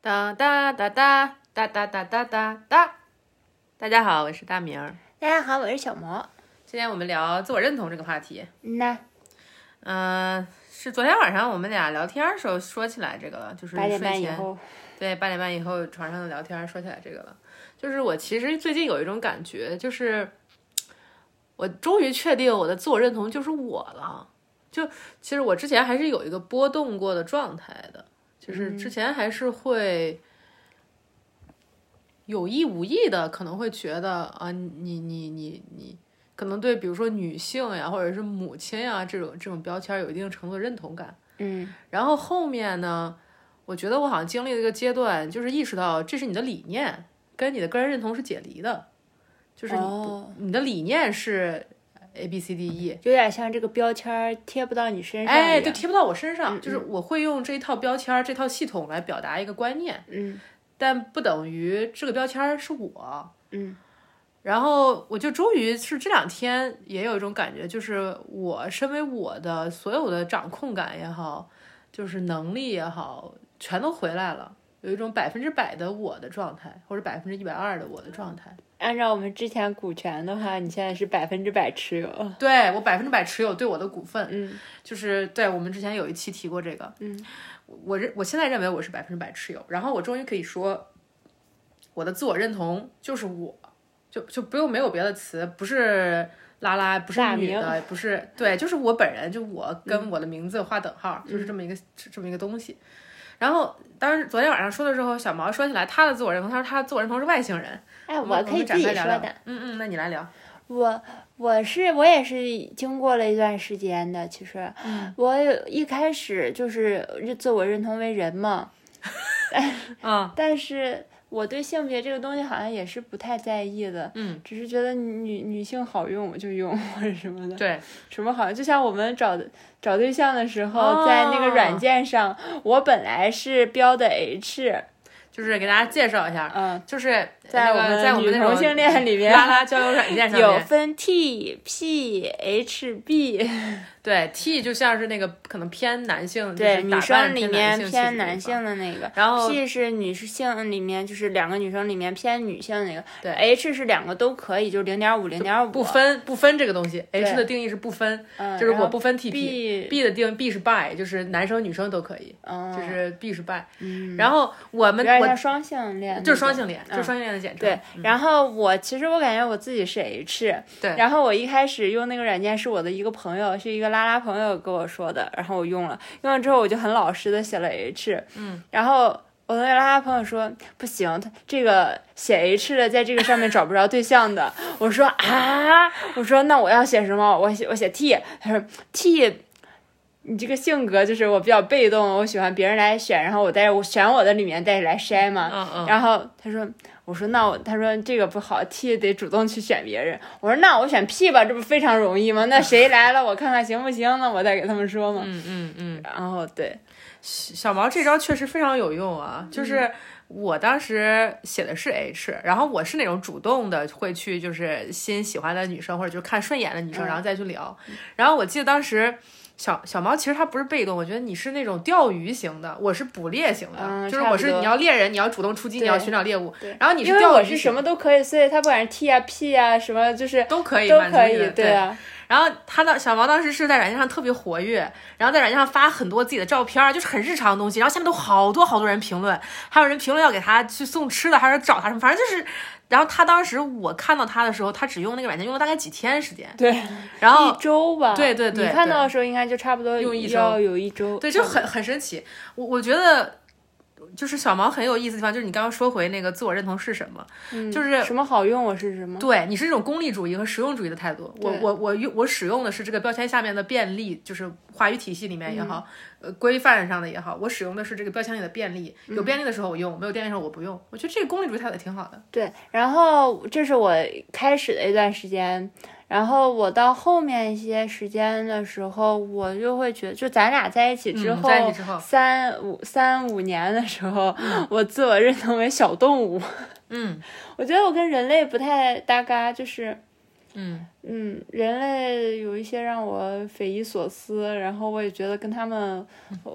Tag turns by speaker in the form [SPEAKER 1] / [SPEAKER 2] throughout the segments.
[SPEAKER 1] 哒哒哒哒哒哒哒哒哒哒。大家好，我是大明儿。
[SPEAKER 2] 大家好，我是小毛。
[SPEAKER 1] 今天我们聊自我认同这个话题。
[SPEAKER 2] 嗯呐，
[SPEAKER 1] 嗯、是昨天晚上我们俩聊天儿时候说起来这个了，就是
[SPEAKER 2] 八
[SPEAKER 1] 睡
[SPEAKER 2] 点半以
[SPEAKER 1] 前
[SPEAKER 2] 后，
[SPEAKER 1] 对，八点半以后床上的聊天儿说起来这个了，就是我其实最近有一种感觉，就是我终于确定我的自我认同就是我了。就其实我之前还是有一个波动过的状态的，就是之前还是会有意无意的可能会觉得啊，你你你你你可能对比如说女性呀，或者是母亲呀这种这种标签儿有一定程度的认同感。
[SPEAKER 2] 嗯
[SPEAKER 1] 然后后面呢，我觉得我好像经历了一个阶段，就是意识到这是你的理念，跟你的个人认同是解离的，就是你,、
[SPEAKER 2] 哦
[SPEAKER 1] 你的理念是 A B C D E。
[SPEAKER 2] 有点像这个标签儿贴不到你身上一嗯样。
[SPEAKER 1] 哎，就贴不到我身上，就是我会用这一套标签儿、这套系统来表达一个观念，
[SPEAKER 2] 嗯
[SPEAKER 1] 但不等于这个标签儿是我。
[SPEAKER 2] 嗯
[SPEAKER 1] 然后我就终于是这两天也有一种感觉，就是我身为我的所有的掌控感也好，就是能力也好，全都回来了，有一种百分之百的我的状态，或者百分之一百二的我的状态。
[SPEAKER 2] 按照我们之前股权的话，你现在是百分之百持有。
[SPEAKER 1] 对我百分之百持有对我的股份，
[SPEAKER 2] 嗯
[SPEAKER 1] 就是对我们之前有一期提过这个，
[SPEAKER 2] 嗯，
[SPEAKER 1] 我认我现在认为我是百分之百持有，然后我终于可以说，我的自我认同就是我，就就不用没有别的词，不是拉拉，不是
[SPEAKER 2] 大
[SPEAKER 1] 女
[SPEAKER 2] 名嗯
[SPEAKER 1] 的，不是对，就是我本人，就我跟我的名字划等号，就是这么一个这么一个东西。然后当时昨天晚上说的时候，小毛说起来他的自我认同，他说他的自我认同是外星人，
[SPEAKER 2] 哎，
[SPEAKER 1] 们
[SPEAKER 2] 我可以
[SPEAKER 1] 们
[SPEAKER 2] 自
[SPEAKER 1] 展
[SPEAKER 2] 己
[SPEAKER 1] 开
[SPEAKER 2] 说
[SPEAKER 1] 聊聊
[SPEAKER 2] 的。。
[SPEAKER 1] 嗯嗯，那你来聊。
[SPEAKER 2] 我我是我也是经过了一段时间的，其实、我有一开始就是自我认同为人嘛，
[SPEAKER 1] 嗯
[SPEAKER 2] 但是我对性别这个东西好像也是不太在意的，
[SPEAKER 1] 嗯，
[SPEAKER 2] 只是觉得女女性好用我就用或者什么的，
[SPEAKER 1] 对，
[SPEAKER 2] 什么好像就像我们找找对象的时候，
[SPEAKER 1] 哦
[SPEAKER 2] 在那个软件上，我本来是标的 H，
[SPEAKER 1] 就是给大家介绍一下，
[SPEAKER 2] 嗯，
[SPEAKER 1] 就是
[SPEAKER 2] 在
[SPEAKER 1] 那
[SPEAKER 2] 我
[SPEAKER 1] 个
[SPEAKER 2] 们
[SPEAKER 1] 在我们
[SPEAKER 2] 女
[SPEAKER 1] 那
[SPEAKER 2] 同
[SPEAKER 1] 种
[SPEAKER 2] 性恋里面
[SPEAKER 1] 拉拉交友软件上面
[SPEAKER 2] 有分 T、P、H、B，
[SPEAKER 1] 对 T 就像是那个可能偏男性，就
[SPEAKER 2] 对，
[SPEAKER 1] 是
[SPEAKER 2] 女
[SPEAKER 1] 打扮
[SPEAKER 2] 生里面
[SPEAKER 1] 男性
[SPEAKER 2] 偏男
[SPEAKER 1] 男
[SPEAKER 2] 性的那个。
[SPEAKER 1] 然后
[SPEAKER 2] P 是女性里面，就是两个女生里面偏女性那个。
[SPEAKER 1] 对
[SPEAKER 2] ，H 是两个都可以，就零点五、零点五
[SPEAKER 1] 不。分不分这个东西，H 的定义是不分，
[SPEAKER 2] 嗯
[SPEAKER 1] 就是
[SPEAKER 2] 然后
[SPEAKER 1] 我不分 T P。
[SPEAKER 2] B，
[SPEAKER 1] B 的定 B 是 bi，就是男生女生都可以，
[SPEAKER 2] 嗯，
[SPEAKER 1] 就是 B 是 bi。
[SPEAKER 2] 嗯
[SPEAKER 1] 然后我们
[SPEAKER 2] 有点
[SPEAKER 1] 我
[SPEAKER 2] 像双性恋那种，
[SPEAKER 1] 就是双性恋，就是
[SPEAKER 2] 嗯
[SPEAKER 1] 双性恋的简称。
[SPEAKER 2] 对，然后我其实我感觉我自己是 H，
[SPEAKER 1] 对
[SPEAKER 2] 然后我一开始用那个软件是我的一个朋友，是一个拉拉朋友跟我说的，然后我用了，用了之后我就很老实的写了 H，
[SPEAKER 1] 嗯，
[SPEAKER 2] 然后。我那个拉拉朋友说不行，他这个写 H 的在这个上面找不着对象的。我说啊，我说那我要写什么？我写我写 T。他说 T，你这个性格就是我比较被动，我喜欢别人来选，然后我在我选我的里面再来筛嘛。
[SPEAKER 1] 嗯嗯，
[SPEAKER 2] 然后他说，我说那我，他说这个不好，T 得主动去选别人。我说那我选 P 吧，这不非常容易吗？那谁来了，我看看行不行呢？我再给他们说嘛。
[SPEAKER 1] 嗯嗯嗯，
[SPEAKER 2] 然后对，
[SPEAKER 1] 小毛这招确实非常有用啊，
[SPEAKER 2] 嗯
[SPEAKER 1] 就是。我当时写的是 H，然后我是那种主动的，会去就是新喜欢的女生或者就看顺眼的女生，
[SPEAKER 2] 嗯
[SPEAKER 1] 然后再去聊。然后我记得当时小小毛其实他不是被动，我觉得你是那种钓鱼型的，我是捕猎型的，
[SPEAKER 2] 嗯
[SPEAKER 1] 就是
[SPEAKER 2] 差不
[SPEAKER 1] 我是
[SPEAKER 2] 多
[SPEAKER 1] 你要猎人，你要主动出击，你
[SPEAKER 2] 对
[SPEAKER 1] 要寻找猎物
[SPEAKER 2] 对。
[SPEAKER 1] 然后你
[SPEAKER 2] 因
[SPEAKER 1] 是
[SPEAKER 2] 为
[SPEAKER 1] 钓
[SPEAKER 2] 我
[SPEAKER 1] 鱼
[SPEAKER 2] 是
[SPEAKER 1] 型
[SPEAKER 2] 什么都可以，所以他不管是 T 啊 P 啊什么，就是
[SPEAKER 1] 都可以
[SPEAKER 2] 都
[SPEAKER 1] 满足
[SPEAKER 2] 可
[SPEAKER 1] 你的
[SPEAKER 2] 以，
[SPEAKER 1] 对
[SPEAKER 2] 啊，
[SPEAKER 1] 然后他的小毛当时是在软件上特别活跃，然后在软件上发很多自己的照片儿，就是很日常的东西。然后下面都好多好多人评论，还有人评论要给他去送吃的，还有人找他什么，反正就是。然后他当时我看到他的时候，他只用那个软件用了大概几天时间，
[SPEAKER 2] 对，
[SPEAKER 1] 然后
[SPEAKER 2] 一周吧。
[SPEAKER 1] 对对对
[SPEAKER 2] 你看到的时候应该就差不多
[SPEAKER 1] 用一周
[SPEAKER 2] 要有一周。
[SPEAKER 1] 对，就很很神奇。我我觉得就是小毛很有意思的地方，就是你刚刚说回那个自我认同是什么，
[SPEAKER 2] 嗯
[SPEAKER 1] 就是
[SPEAKER 2] 什么好用我是什么。
[SPEAKER 1] 对你是一种功利主义和实用主义的态度。我
[SPEAKER 2] 对
[SPEAKER 1] 我我用我使用的是这个标签下面的便利，就是话语体系里面也好，
[SPEAKER 2] 嗯
[SPEAKER 1] 呃规范上的也好，我使用的是这个标签里的便利。有便利的时候我用，没有便利的时候我不用。我觉得这个功利主义态度也挺好的。
[SPEAKER 2] 对，然后这是我开始的一段时间，然后我到后面一些时间的时候，我就会觉得，就咱俩在一起之
[SPEAKER 1] 嗯
[SPEAKER 2] 后，
[SPEAKER 1] 在一起之后
[SPEAKER 2] 三五三五年的时候，我自我认同为小动物，
[SPEAKER 1] 嗯，
[SPEAKER 2] 我觉得我跟人类不太搭嘎，就是
[SPEAKER 1] 嗯
[SPEAKER 2] 嗯，人类有一些让我匪夷所思，然后我也觉得跟他 们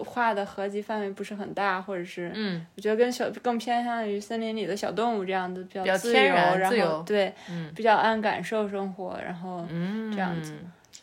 [SPEAKER 2] 画的合集范围不是很大，或者是
[SPEAKER 1] 嗯
[SPEAKER 2] 我觉得跟小更偏向于森林里的小动物这样的比
[SPEAKER 1] 比较
[SPEAKER 2] 较自由，
[SPEAKER 1] 天然
[SPEAKER 2] 然
[SPEAKER 1] 自由
[SPEAKER 2] 后对
[SPEAKER 1] 嗯
[SPEAKER 2] 比较按感受生活，然后
[SPEAKER 1] 嗯，
[SPEAKER 2] 这样子。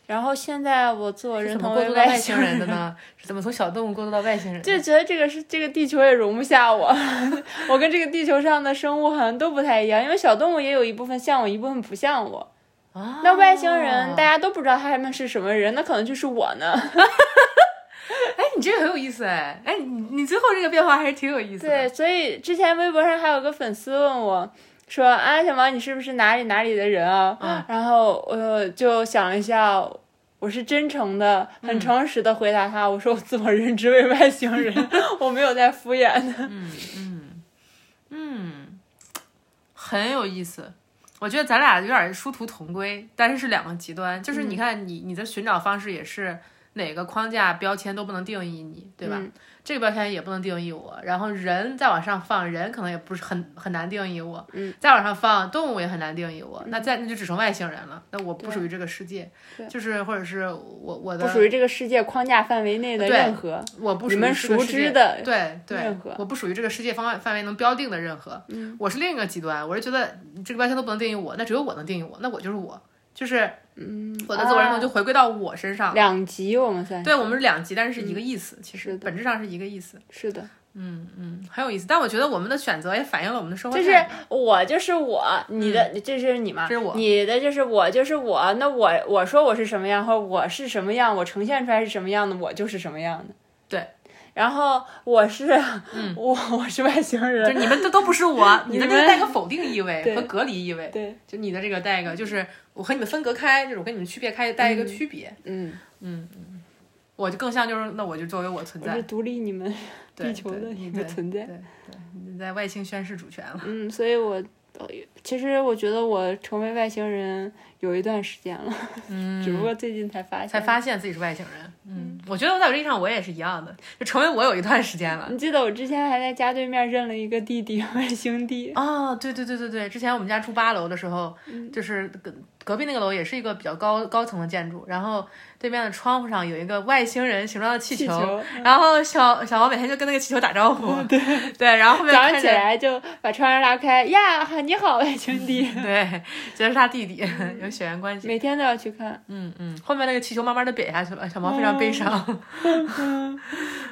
[SPEAKER 2] 然后现在我做人
[SPEAKER 1] 怎么
[SPEAKER 2] 同
[SPEAKER 1] 过
[SPEAKER 2] 为
[SPEAKER 1] 渡到外
[SPEAKER 2] 星
[SPEAKER 1] 星 人的呢？是怎么从小动物过渡到外星人的？
[SPEAKER 2] 就觉得这个是这个地球也容不下我， 我跟这个地球上的生物好像都不太一样，因为小动物也有一部分像我，一部分不像我。
[SPEAKER 1] 啊，
[SPEAKER 2] 那外星人大家都不知道他们是什么人，那可能就是我呢。
[SPEAKER 1] 哎，你这个很有意思哎，哎，你你最后这个变化还是挺有意思
[SPEAKER 2] 对，
[SPEAKER 1] 的。
[SPEAKER 2] 所以之前微博上还有个粉丝问我。说啊，小王，你是不是哪里哪里的人啊？
[SPEAKER 1] 嗯
[SPEAKER 2] 然后我、就想了一下，我是真诚的、很诚实的回答他，我说我自我认知为外星 人，我没有在敷衍 的。
[SPEAKER 1] 嗯，很有意思。我觉得咱俩有点殊途同归，但是是两个极端。就是
[SPEAKER 2] 嗯
[SPEAKER 1] 你看你，你的寻找方式也是哪个框架标签都不能定义你，对吧？
[SPEAKER 2] 嗯
[SPEAKER 1] 这个标签也不能定义我。然后人再往上放，人可能也不是很很难定义我。
[SPEAKER 2] 嗯，
[SPEAKER 1] 再往上放，动物也很难定义我。那再那就只剩外星人了。那我不属于这个世界
[SPEAKER 2] 对，
[SPEAKER 1] 就是或者是我我的
[SPEAKER 2] 不属于这个世界框架范围内的
[SPEAKER 1] 对
[SPEAKER 2] 任何。
[SPEAKER 1] 我不
[SPEAKER 2] 你
[SPEAKER 1] 属于
[SPEAKER 2] 们
[SPEAKER 1] 这个
[SPEAKER 2] 熟
[SPEAKER 1] 世界
[SPEAKER 2] 知的
[SPEAKER 1] 对对，
[SPEAKER 2] 任何
[SPEAKER 1] 我不属于这个世界方范围能标定的任何。嗯，我是另一个极端，我是觉得这个标签都不能定义我，那只有我能定义我，那我就是我，就是嗯，我的自我
[SPEAKER 2] 啊
[SPEAKER 1] 认同就回归到我身上。
[SPEAKER 2] 两级，我们算
[SPEAKER 1] 对我们是两极，但是是一个意思，其实
[SPEAKER 2] 嗯是的
[SPEAKER 1] 本质上是一个意思。
[SPEAKER 2] 是的，
[SPEAKER 1] 嗯嗯，很有意思。但我觉得我们的选择也反映了我们的社会
[SPEAKER 2] 就
[SPEAKER 1] 态度，
[SPEAKER 2] 是我就是我，你的这是你
[SPEAKER 1] 嗯
[SPEAKER 2] 嘛，
[SPEAKER 1] 这是我
[SPEAKER 2] 你的就是我就是我，那我我说我是什么样，或者我是什么样，我呈现出来是什么样的，我就是什么样的。
[SPEAKER 1] 对，嗯
[SPEAKER 2] 然后我是、我我是外星
[SPEAKER 1] 就
[SPEAKER 2] 人，
[SPEAKER 1] 是你们这都不是 我，你的这
[SPEAKER 2] 你
[SPEAKER 1] 个
[SPEAKER 2] 们
[SPEAKER 1] 带个否定意味
[SPEAKER 2] 对
[SPEAKER 1] 和隔离意味。
[SPEAKER 2] 对，
[SPEAKER 1] 就你的这个带一个，就是我和你们分隔开，就是我跟你们区别开，带一个区别。
[SPEAKER 2] 嗯，
[SPEAKER 1] 我就更像就是，那我就作为我存
[SPEAKER 2] 我
[SPEAKER 1] 在
[SPEAKER 2] 是，独立你们
[SPEAKER 1] 对
[SPEAKER 2] 地球
[SPEAKER 1] 对
[SPEAKER 2] 的
[SPEAKER 1] 你
[SPEAKER 2] 一个
[SPEAKER 1] 对
[SPEAKER 2] 存在
[SPEAKER 1] 对对，你在外星宣誓主权了。
[SPEAKER 2] 嗯，所以我呃其实我觉得我成为外星人有一段时间了，
[SPEAKER 1] 嗯
[SPEAKER 2] 只不过最近才发现，
[SPEAKER 1] 才发现自己是外星人。嗯，我觉得在我这意义上我也是一样的，就成为我有一段时间了。
[SPEAKER 2] 你记得我之前还在家对面认了一个弟弟， 外星弟。
[SPEAKER 1] 哦，对对对对对，之前我们家住八楼的时候，
[SPEAKER 2] 嗯
[SPEAKER 1] 就是隔隔壁那个楼也是一个比较高高层的建筑，然后对面的窗户上有一个外星人形状的气
[SPEAKER 2] 气
[SPEAKER 1] 球，
[SPEAKER 2] 球嗯
[SPEAKER 1] 然后小小王每天就跟那个气球打招呼，对对，然后后面
[SPEAKER 2] 早上
[SPEAKER 1] 看
[SPEAKER 2] 起
[SPEAKER 1] 着
[SPEAKER 2] 来就把窗帘拉开，呀，你好， 外星弟，
[SPEAKER 1] 对，觉得是他弟弟，
[SPEAKER 2] 嗯
[SPEAKER 1] 有血缘关系。
[SPEAKER 2] 每天都要去看。
[SPEAKER 1] 嗯嗯，后面那个气球慢慢的瘪下去了，小
[SPEAKER 2] 哦
[SPEAKER 1] 毛非常悲 伤。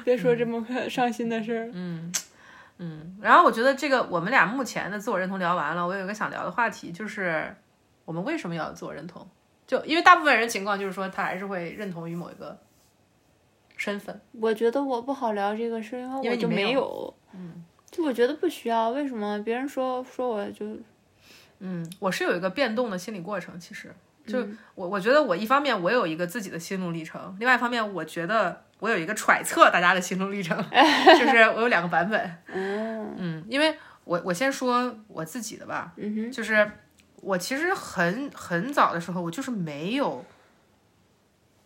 [SPEAKER 2] 别说这么个伤心的事儿，
[SPEAKER 1] 嗯，然后我觉得这个我们俩目前的自我认同聊完了，我有一个想聊的话题，就是我们为什么要自我认同？就因为大部分人情况就是说，他还是会认同于某一个身份。
[SPEAKER 2] 我觉得我不好聊这个事，
[SPEAKER 1] 因
[SPEAKER 2] 因为
[SPEAKER 1] 为
[SPEAKER 2] 我
[SPEAKER 1] 你
[SPEAKER 2] 就
[SPEAKER 1] 没有
[SPEAKER 2] 有，嗯，就我觉得不需要。为什么别人说说我就
[SPEAKER 1] 嗯，我是有一个变动的心理过程，其实就我我觉得我一方面我有一个自己的心路历程，另外一方面我觉得我有一个揣测大家的心路历程，就是我有两个版本。
[SPEAKER 2] 嗯
[SPEAKER 1] 嗯，因为我我先说我自己的吧，
[SPEAKER 2] 嗯哼
[SPEAKER 1] 就是我其实很很早的时候，我就是没有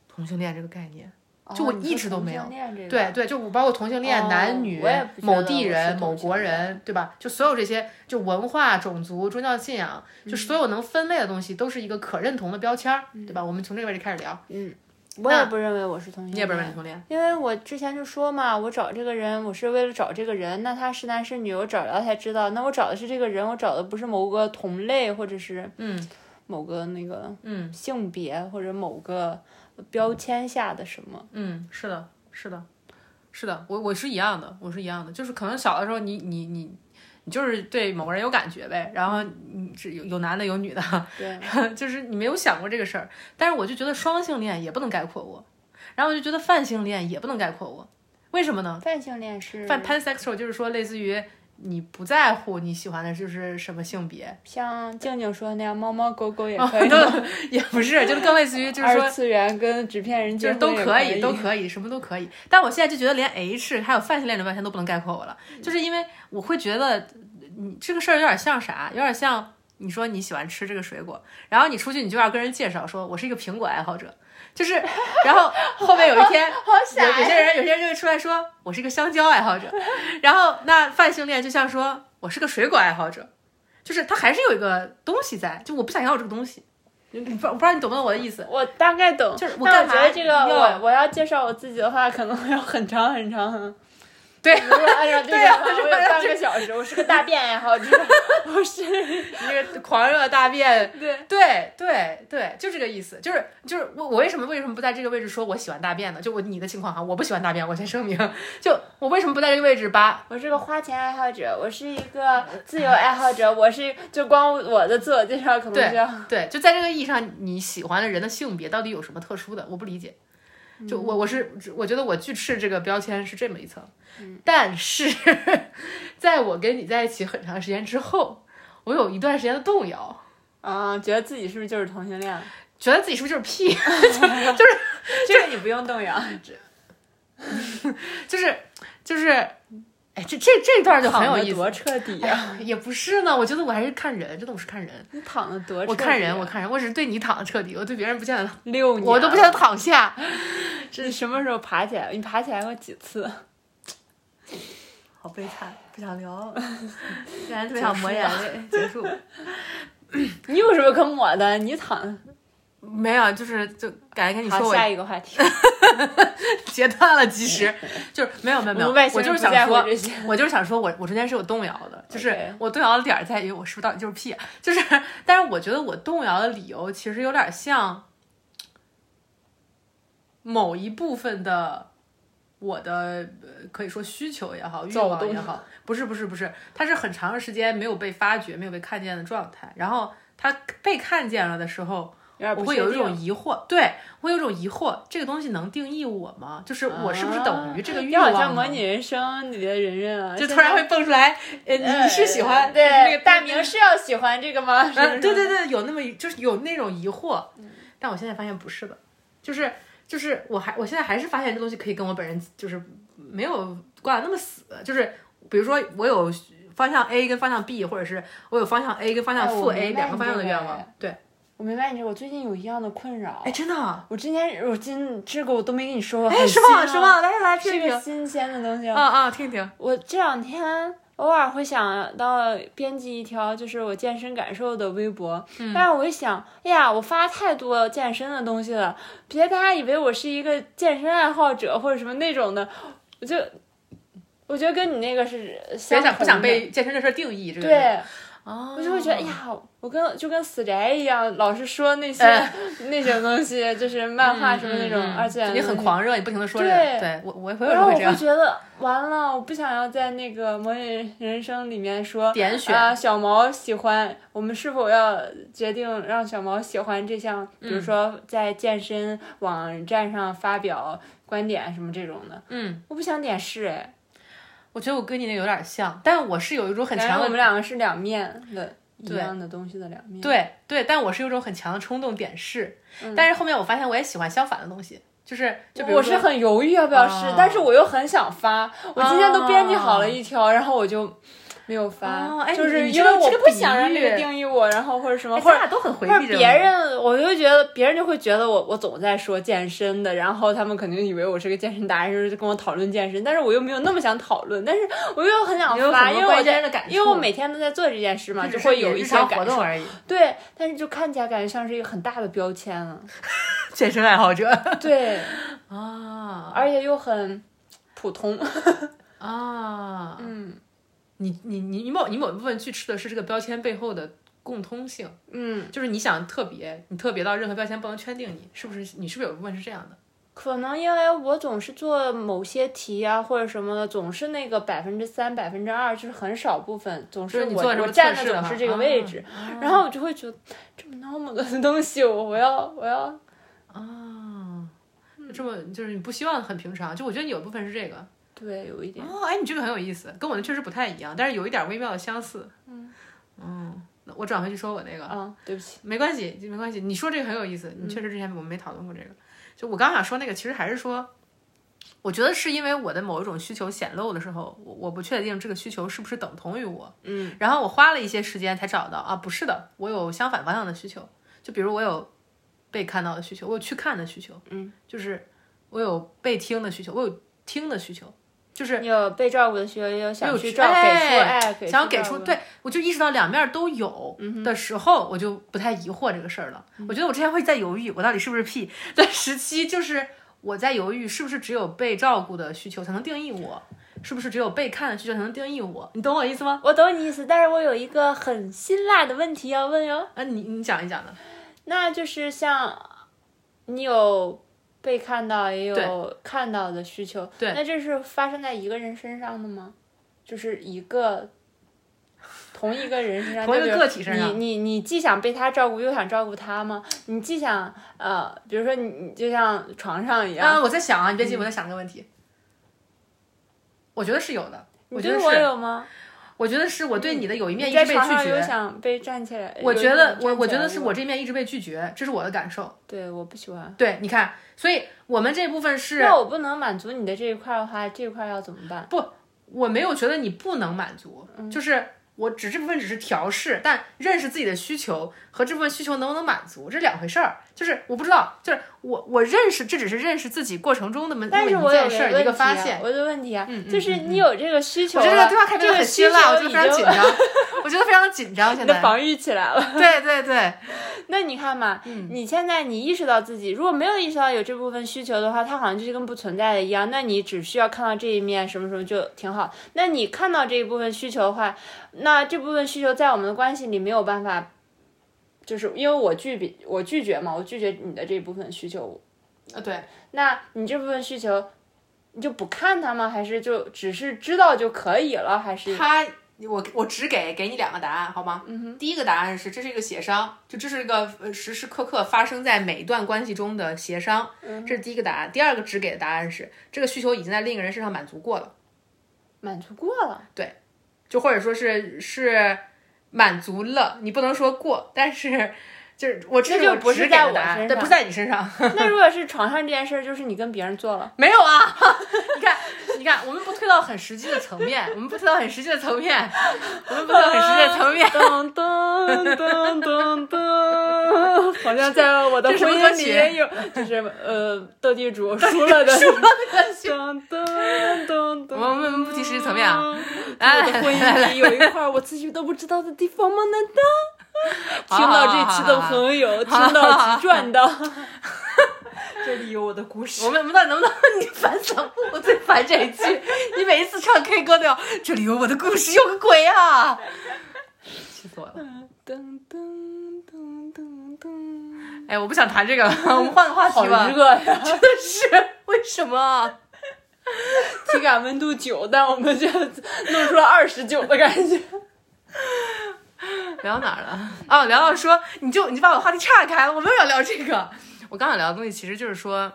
[SPEAKER 1] 同性恋这个概念。就我
[SPEAKER 2] 哦你
[SPEAKER 1] 一
[SPEAKER 2] 说
[SPEAKER 1] 直都
[SPEAKER 2] 同
[SPEAKER 1] 没有
[SPEAKER 2] 性恋这个
[SPEAKER 1] 对对，就我包括同性恋、
[SPEAKER 2] 哦
[SPEAKER 1] 男女
[SPEAKER 2] 我也不、觉得
[SPEAKER 1] 某地
[SPEAKER 2] 我是
[SPEAKER 1] 人、
[SPEAKER 2] 同
[SPEAKER 1] 某
[SPEAKER 2] 性
[SPEAKER 1] 国
[SPEAKER 2] 恋
[SPEAKER 1] 人，对吧？就所有这些，就文化、种族、宗教信仰，
[SPEAKER 2] 嗯
[SPEAKER 1] 就所有能分类的东西，都是一个可认同的标签儿，对吧？我们从这个位置开始聊。
[SPEAKER 2] 嗯，我也不认为我是同性恋，
[SPEAKER 1] 你也不是同性恋，
[SPEAKER 2] 因为我之前就说嘛，我找这个人，我是为了找这个人，那他是男是女，我找着才知道。那我找的是这个人，我找的不是某个同类，或者是
[SPEAKER 1] 嗯
[SPEAKER 2] 某个那个
[SPEAKER 1] 嗯
[SPEAKER 2] 性别或者某个标签下的什么。
[SPEAKER 1] 嗯，是的，是的，是的，我我是一样的，我是一样的，就是可能小的时候你你你你就是对某个人有感觉呗，然后你只有有男的有女的，
[SPEAKER 2] 对，
[SPEAKER 1] 就是你没有想过这个事儿，但是我就觉得双性恋也不能概括我，然后我就觉得泛性恋也不能概括我，为什么呢？
[SPEAKER 2] 泛性恋是
[SPEAKER 1] 泛 pansexual 就是说类似于你不在乎你喜欢的就是什么性别，
[SPEAKER 2] 像静静说的那样，猫猫 狗狗也
[SPEAKER 1] 啊
[SPEAKER 2] 可以，
[SPEAKER 1] 都也不是，就是更类似于就是说
[SPEAKER 2] 二次元跟纸片人
[SPEAKER 1] 就是
[SPEAKER 2] 结婚
[SPEAKER 1] 都
[SPEAKER 2] 也
[SPEAKER 1] 可
[SPEAKER 2] 以，
[SPEAKER 1] 以，都可以，什么都可以。但我现在就觉得连 H 还有泛性恋这标签都不能概括我了，
[SPEAKER 2] 嗯
[SPEAKER 1] 就是因为我会觉得，呃你这个事儿有点像啥，有点像你说你喜欢吃这个水果，然后你出去你就要跟人介绍说我是一个苹果爱好者，就是，然后后面有一 天
[SPEAKER 2] 好
[SPEAKER 1] 有有
[SPEAKER 2] 傻呀！
[SPEAKER 1] 些人有些人就会出来说我是一个香蕉爱好者，然后那泛性恋就像说我是个水果爱好者，就是他还是有一个东西在，就我不想要这个东西，你不我不知道你懂不懂我的意思？
[SPEAKER 2] 我大概懂，
[SPEAKER 1] 就是我干
[SPEAKER 2] 但我
[SPEAKER 1] 嘛
[SPEAKER 2] 觉得这个
[SPEAKER 1] 要
[SPEAKER 2] 我我要介绍我自己的话，可能会要很长很长。很
[SPEAKER 1] 对
[SPEAKER 2] 如果按照这
[SPEAKER 1] 对
[SPEAKER 2] 个
[SPEAKER 1] 呀
[SPEAKER 2] 话，
[SPEAKER 1] 就是
[SPEAKER 2] 我有半个小时。我是个大便爱好 者，不是？
[SPEAKER 1] 你这狂热大便，
[SPEAKER 2] 对，
[SPEAKER 1] 对对对，就这个意思，就是就是我我为什么为什么不在这个位置说我喜欢大便呢？就我你的情况哈，我不喜欢大便，我先声明， 就我为什么不在这个位置把
[SPEAKER 2] 我是个花钱爱好者，我是一个自由爱好者，我是就光我的自我介绍可能就要
[SPEAKER 1] 对，就在这个意义上，你喜欢的人的性别到底有什么特殊的？我不理解。就我我是我觉得我拒斥这个标签是这么一层，但是 在我跟你在一起很长时间之后，我有一段时间的动摇。
[SPEAKER 2] 啊，觉得自己是不是就是同性恋？
[SPEAKER 1] 觉得自己是不是就是屁，
[SPEAKER 2] 这个你不用动摇，
[SPEAKER 1] 就是就是，哎，这这 这段就很有
[SPEAKER 2] 躺
[SPEAKER 1] 意
[SPEAKER 2] 得
[SPEAKER 1] 思。
[SPEAKER 2] 多彻底 啊！
[SPEAKER 1] 也不是呢，我觉得我还是看人，真的我是看人，
[SPEAKER 2] 你躺的多彻底啊，
[SPEAKER 1] 我看人，我看人，我只是对你躺的彻底，我对别人不见得，
[SPEAKER 2] 六年，
[SPEAKER 1] 我都不见得躺下。
[SPEAKER 2] 你什么时候爬起来？你爬起来过几次？ 好悲惨，不想聊。
[SPEAKER 1] 突然特
[SPEAKER 2] 别想抹眼
[SPEAKER 1] 泪，结束。
[SPEAKER 2] 你有什么可抹的？你躺。
[SPEAKER 1] 没有，就是就感觉跟你说
[SPEAKER 2] 好，
[SPEAKER 1] 我
[SPEAKER 2] 下一个话题。
[SPEAKER 1] 截断了，其 实就是没有没有没有，
[SPEAKER 2] 我们外星
[SPEAKER 1] 我就是
[SPEAKER 2] 人不
[SPEAKER 1] 想
[SPEAKER 2] 在乎
[SPEAKER 1] 说
[SPEAKER 2] 这些，
[SPEAKER 1] 我就是想说我我中间是有动摇的，就是
[SPEAKER 2] OK
[SPEAKER 1] 我动摇的点儿在于我是不是到底就是屁啊，就是但是我觉得我动摇的理由其实有点像某一部分的我的呃可以说需求也好，欲
[SPEAKER 2] 躁
[SPEAKER 1] 望
[SPEAKER 2] 动
[SPEAKER 1] 也好，不是不是不是，它是很长时间没有被发掘、没有被看见的状态，然后它被看见了的时候。
[SPEAKER 2] 有点
[SPEAKER 1] 我
[SPEAKER 2] 不
[SPEAKER 1] 会
[SPEAKER 2] 确
[SPEAKER 1] 有一
[SPEAKER 2] 定
[SPEAKER 1] 种疑惑，对我有一种疑惑，这个东西能定义我吗？就是我是不是等于这个欲
[SPEAKER 2] 就
[SPEAKER 1] 望
[SPEAKER 2] 啊好
[SPEAKER 1] 呢？
[SPEAKER 2] 像模拟人生里的人人啊，
[SPEAKER 1] 就
[SPEAKER 2] 现
[SPEAKER 1] 突然
[SPEAKER 2] 在
[SPEAKER 1] 会蹦出来，呃，你你是喜欢
[SPEAKER 2] 对
[SPEAKER 1] 那个
[SPEAKER 2] 大明是要喜欢这 个吗？嗯是不
[SPEAKER 1] 嗯，
[SPEAKER 2] 是
[SPEAKER 1] 对对对，有那么一就是有那种疑惑，但我现在发现不是的，就是就是我还我现在还是发现这东西可以跟我本人就是没有挂得那么死，就是比如说我有方向 A 跟方向 B，或者是我有方向 A 跟方向
[SPEAKER 2] 哎
[SPEAKER 1] 负
[SPEAKER 2] 我
[SPEAKER 1] A
[SPEAKER 2] 明白
[SPEAKER 1] 两个
[SPEAKER 2] 你
[SPEAKER 1] 方向
[SPEAKER 2] 这
[SPEAKER 1] 的
[SPEAKER 2] 个
[SPEAKER 1] 愿望
[SPEAKER 2] 哎，
[SPEAKER 1] 对，
[SPEAKER 2] 我明白你这，我最近有一样的困扰
[SPEAKER 1] 哎，。真的啊，
[SPEAKER 2] 我之前我今这个我都没跟你说，
[SPEAKER 1] 哎，
[SPEAKER 2] 很
[SPEAKER 1] 是吗？
[SPEAKER 2] 新
[SPEAKER 1] 是
[SPEAKER 2] 啊？
[SPEAKER 1] 吗？来来，听
[SPEAKER 2] 是
[SPEAKER 1] 听，
[SPEAKER 2] 个新鲜的东西
[SPEAKER 1] 啊啊，听听，
[SPEAKER 2] 我这两天偶尔会想到编辑一条就是我健身感受的微博，
[SPEAKER 1] 嗯
[SPEAKER 2] 但是我一想，哎呀，我发太多健身的东西了，别大家以为我是一个健身爱好者或者什么那种的，我就我觉得跟你那个是
[SPEAKER 1] 别
[SPEAKER 2] 相
[SPEAKER 1] 想不想
[SPEAKER 2] 同的
[SPEAKER 1] 被嗯健身这事儿定义这个人？
[SPEAKER 2] 对，
[SPEAKER 1] 哦，
[SPEAKER 2] 我就会觉得，哎呀，我跟就跟死宅一样，老是说那些、
[SPEAKER 1] 哎
[SPEAKER 2] 那些东西，就是漫画什么那种，
[SPEAKER 1] 嗯嗯嗯
[SPEAKER 2] 而且
[SPEAKER 1] 你很狂热，你不停的说这个，
[SPEAKER 2] 对
[SPEAKER 1] 对我我我有时
[SPEAKER 2] 然
[SPEAKER 1] 候
[SPEAKER 2] 后我
[SPEAKER 1] 会这
[SPEAKER 2] 会
[SPEAKER 1] 样，
[SPEAKER 2] 觉得完了，我不想要在那个模拟人生里面说
[SPEAKER 1] 点选
[SPEAKER 2] 啊，小毛喜欢，我们是否要决定让小毛喜欢这项，
[SPEAKER 1] 嗯
[SPEAKER 2] 比如说在健身网站上发表观点什么这种的，
[SPEAKER 1] 嗯，
[SPEAKER 2] 我不想点是哎，
[SPEAKER 1] 我觉得我跟你那个有点像，但我是有一种很
[SPEAKER 2] 感觉
[SPEAKER 1] 强
[SPEAKER 2] 我
[SPEAKER 1] 的，
[SPEAKER 2] 们两个是两面的，一
[SPEAKER 1] 对
[SPEAKER 2] 样的东西的两面，，
[SPEAKER 1] 对对，但我是有一种很强的冲动点是，但是后面我发现我也喜欢相反的东西，就是就比如
[SPEAKER 2] 嗯我是
[SPEAKER 1] 说
[SPEAKER 2] 很犹豫要不要试，
[SPEAKER 1] 啊
[SPEAKER 2] 但是我又很想发，我今天都编辑好
[SPEAKER 1] 啊
[SPEAKER 2] 了一条，然后我就。没有发，
[SPEAKER 1] 哦哎
[SPEAKER 2] 就是
[SPEAKER 1] 你
[SPEAKER 2] 因
[SPEAKER 1] 这
[SPEAKER 2] 为
[SPEAKER 1] 个
[SPEAKER 2] 我
[SPEAKER 1] 这个
[SPEAKER 2] 不想让
[SPEAKER 1] 比
[SPEAKER 2] 这
[SPEAKER 1] 喻
[SPEAKER 2] 个定义我，然后或者什么，
[SPEAKER 1] 哎
[SPEAKER 2] 或
[SPEAKER 1] 咱
[SPEAKER 2] 者
[SPEAKER 1] 俩都很回
[SPEAKER 2] 或
[SPEAKER 1] 避
[SPEAKER 2] 者
[SPEAKER 1] 这个
[SPEAKER 2] 别
[SPEAKER 1] 问题，
[SPEAKER 2] 人，我就觉得别人就会觉得我我总在说健身的，然后他们可能以为我是个健身达人，就跟我讨论健身，但是我又没有那么想讨论，但是我又很想
[SPEAKER 1] 你有
[SPEAKER 2] 发，
[SPEAKER 1] 很多
[SPEAKER 2] 因为
[SPEAKER 1] 关
[SPEAKER 2] 我
[SPEAKER 1] 键
[SPEAKER 2] 在
[SPEAKER 1] 的感
[SPEAKER 2] 因为我
[SPEAKER 1] 触
[SPEAKER 2] 每天都在做这件事嘛，
[SPEAKER 1] 只
[SPEAKER 2] 就是会
[SPEAKER 1] 你
[SPEAKER 2] 有
[SPEAKER 1] 的
[SPEAKER 2] 一
[SPEAKER 1] 日
[SPEAKER 2] 些
[SPEAKER 1] 常活
[SPEAKER 2] 感
[SPEAKER 1] 动
[SPEAKER 2] 受。
[SPEAKER 1] 而已，
[SPEAKER 2] 对，但是就看起来感觉像是一个很大的标 签了。
[SPEAKER 1] 健身爱好者
[SPEAKER 2] 对，
[SPEAKER 1] 啊
[SPEAKER 2] 而且又很普通。
[SPEAKER 1] 啊，
[SPEAKER 2] 嗯
[SPEAKER 1] 你你你你某你某一部分去吃的是这个标签背后的共通性。
[SPEAKER 2] 嗯，
[SPEAKER 1] 就是你想特别，你特别到任何标签不能圈定你，是不是？你是不是有一部分是这样的？
[SPEAKER 2] 可能因为我总是做某些题啊或者什么的，总是那个百分之三、百分之二，就是很少部分，总
[SPEAKER 1] 就是是你
[SPEAKER 2] 我
[SPEAKER 1] 做什么
[SPEAKER 2] 我站
[SPEAKER 1] 测试
[SPEAKER 2] 的
[SPEAKER 1] 的
[SPEAKER 2] 总
[SPEAKER 1] 话
[SPEAKER 2] 是这个位置。
[SPEAKER 1] 啊
[SPEAKER 2] 然后我就会觉得这么 normal 的东西，我我要我要，
[SPEAKER 1] 啊，就这么就是你不希望很平常，就我觉得你有一部分是这个。
[SPEAKER 2] 对，有一点。
[SPEAKER 1] 哦，哎，你这个很有意思，跟我的确实不太一样，但是有一点微妙的相似。
[SPEAKER 2] 嗯
[SPEAKER 1] 嗯，那我转回去说我那个，
[SPEAKER 2] 啊，对不起，
[SPEAKER 1] 没关系，没关系。你说这个很有意思，你确实之前我们没讨论过这个。就我刚想说那个，其实还是说，我觉得是因为我的某一种需求显露的时候，我我不确定这个需求是不是等同于我，
[SPEAKER 2] 嗯，
[SPEAKER 1] 然后我花了一些时间才找到啊，不是的，我有相反方向的需求，就比如我有被看到的需求，我有去看的需求，嗯，就是我有被听的需求，我有听的需求，就是
[SPEAKER 2] 有被照顾的需要，也有想
[SPEAKER 1] 有
[SPEAKER 2] 去
[SPEAKER 1] 去
[SPEAKER 2] 照给出
[SPEAKER 1] 哎
[SPEAKER 2] 爱，
[SPEAKER 1] 想要给
[SPEAKER 2] 照
[SPEAKER 1] 出
[SPEAKER 2] 顾，
[SPEAKER 1] 对我就意识到两面都有
[SPEAKER 2] 嗯
[SPEAKER 1] 的时候，我就不太疑惑这个事儿了。我觉得我之前会在犹豫，我到底是不是 P 的时期，就是我在犹豫是不是只有被照顾的需求才能定义我，是不是只有被看的需求才能定义我？你懂我意思吗？
[SPEAKER 2] 我懂你意思，但是我有一个很辛辣的问题要问哟，
[SPEAKER 1] 啊，你你讲一讲呢？
[SPEAKER 2] 那就是像你有被看到，也有看到的需求，
[SPEAKER 1] 对
[SPEAKER 2] 那这是发生在一个人身上的吗？就是一个同一个人身 上，
[SPEAKER 1] 同一个
[SPEAKER 2] 就比如
[SPEAKER 1] 个体身上
[SPEAKER 2] 你你你既想被他照顾，又想照顾他吗？你既想呃，比如说你你就像床上一样，
[SPEAKER 1] 啊，我在想啊，你别
[SPEAKER 2] 嗯
[SPEAKER 1] 急，我在想这个问题。我觉得是有的，我
[SPEAKER 2] 你
[SPEAKER 1] 觉得
[SPEAKER 2] 对
[SPEAKER 1] 是，
[SPEAKER 2] 我有吗？
[SPEAKER 1] 我觉得是我对你的有一面
[SPEAKER 2] 你
[SPEAKER 1] 一
[SPEAKER 2] 在
[SPEAKER 1] 直被
[SPEAKER 2] 床
[SPEAKER 1] 拒
[SPEAKER 2] 上有
[SPEAKER 1] 绝。
[SPEAKER 2] 想被站起来？
[SPEAKER 1] 我
[SPEAKER 2] 有
[SPEAKER 1] 觉
[SPEAKER 2] 那
[SPEAKER 1] 得
[SPEAKER 2] 种
[SPEAKER 1] 我我
[SPEAKER 2] 站起
[SPEAKER 1] 觉
[SPEAKER 2] 来
[SPEAKER 1] 得是
[SPEAKER 2] 过
[SPEAKER 1] 我这面一直被拒绝，这是我的感受。
[SPEAKER 2] 对，我不喜欢。
[SPEAKER 1] 对，你看，所以我们这部分是
[SPEAKER 2] 那我不能满足你的这一块的话，这一块要怎么办？
[SPEAKER 1] 我没有觉得你不能满足，
[SPEAKER 2] 嗯
[SPEAKER 1] 就是我只这部分只是调试，但认识自己的需求和这部分需求能不能满足，这是两回事儿。就是我不知道，就是我我认识，这只是认识自己过程中的那么
[SPEAKER 2] 但是
[SPEAKER 1] 那么
[SPEAKER 2] 我
[SPEAKER 1] 一
[SPEAKER 2] 有
[SPEAKER 1] 件事儿
[SPEAKER 2] 问
[SPEAKER 1] 一个
[SPEAKER 2] 题
[SPEAKER 1] 发
[SPEAKER 2] 啊
[SPEAKER 1] 现。
[SPEAKER 2] 我的问题啊，
[SPEAKER 1] 嗯嗯
[SPEAKER 2] 就是你有这个需求
[SPEAKER 1] 我
[SPEAKER 2] 了，
[SPEAKER 1] 觉得这个对话开始
[SPEAKER 2] 这个
[SPEAKER 1] 很
[SPEAKER 2] 需
[SPEAKER 1] 辛
[SPEAKER 2] 求
[SPEAKER 1] 辣，我就
[SPEAKER 2] 已
[SPEAKER 1] 非常
[SPEAKER 2] 经
[SPEAKER 1] 紧张，我觉得非常紧张。
[SPEAKER 2] 你
[SPEAKER 1] 现
[SPEAKER 2] 的
[SPEAKER 1] 在，
[SPEAKER 2] 防御起来了。
[SPEAKER 1] 对对对，
[SPEAKER 2] 那你看嘛，
[SPEAKER 1] 嗯
[SPEAKER 2] 你现在你意识到自己，如果没有意识到有这部分需求的话，它好像就是跟不存在的一样。那你只需要看到这一面，什么什么就挺好。那你看到这一部分需求的话，那这部分需求在我们的关系里没有办法，就是因为我拒比我拒绝嘛，我拒绝你的这部分需求，
[SPEAKER 1] 啊对，
[SPEAKER 2] 那你这部分需求，你就不看它吗？还是就只是知道就可以了？还是
[SPEAKER 1] 他，我我只给给你两个答案，好吗？嗯、第一个答案是，这是一个协商，就这是一个呃时时刻刻发生在每一段关系中的协商，这是第一个答案。第二个只给的答案是，这个需求已经在另一个人身上满足过了，
[SPEAKER 2] 满足过了？
[SPEAKER 1] 就或者说是是满足了，你不能说过， 但是就是我这
[SPEAKER 2] 那
[SPEAKER 1] 是
[SPEAKER 2] 就
[SPEAKER 1] 我
[SPEAKER 2] 不
[SPEAKER 1] 只
[SPEAKER 2] 是
[SPEAKER 1] 给
[SPEAKER 2] 在
[SPEAKER 1] 的
[SPEAKER 2] 我
[SPEAKER 1] 答案
[SPEAKER 2] 身
[SPEAKER 1] 对，
[SPEAKER 2] 上
[SPEAKER 1] 不在你身上，
[SPEAKER 2] 那如果是床上这件事儿，就是你跟别人做了，
[SPEAKER 1] 没有啊， 你看。你看，我们不推到很实际的层面，我们不推到很实际的层面，我们不推到很实际的层 面。
[SPEAKER 2] 噔噔噔噔噔，好像在我的
[SPEAKER 1] 这
[SPEAKER 2] 婚
[SPEAKER 1] 是什么歌
[SPEAKER 2] 姻里
[SPEAKER 1] 曲
[SPEAKER 2] 面有，就是呃斗地主输了的，
[SPEAKER 1] 输了的歌曲
[SPEAKER 2] 噔噔噔噔。
[SPEAKER 1] 我们我们不提实际层面啊，
[SPEAKER 2] 在我
[SPEAKER 1] 来
[SPEAKER 2] 的婚姻里有一块我自己都不知道的地方吗？难道？听到这期的朋友，听到即赚到。 这里有我的故事
[SPEAKER 1] 我。们我们到底能不能？你烦死了！我最烦这一句，你每一次唱 K 歌都要这里有我的故事，有个鬼啊！气死我了！
[SPEAKER 2] 噔噔噔噔噔，
[SPEAKER 1] 哎，我不想谈这个了，我们换个话
[SPEAKER 2] 好
[SPEAKER 1] 题吧。
[SPEAKER 2] 热呀！
[SPEAKER 1] 真是为什么？啊
[SPEAKER 2] 体感温度九，但我们就弄出了二十九的感觉。
[SPEAKER 1] 聊到哪儿了？哦，聊到说你就你就把我话题岔开了，我没有要聊这个。我刚想聊的东西其实就是说，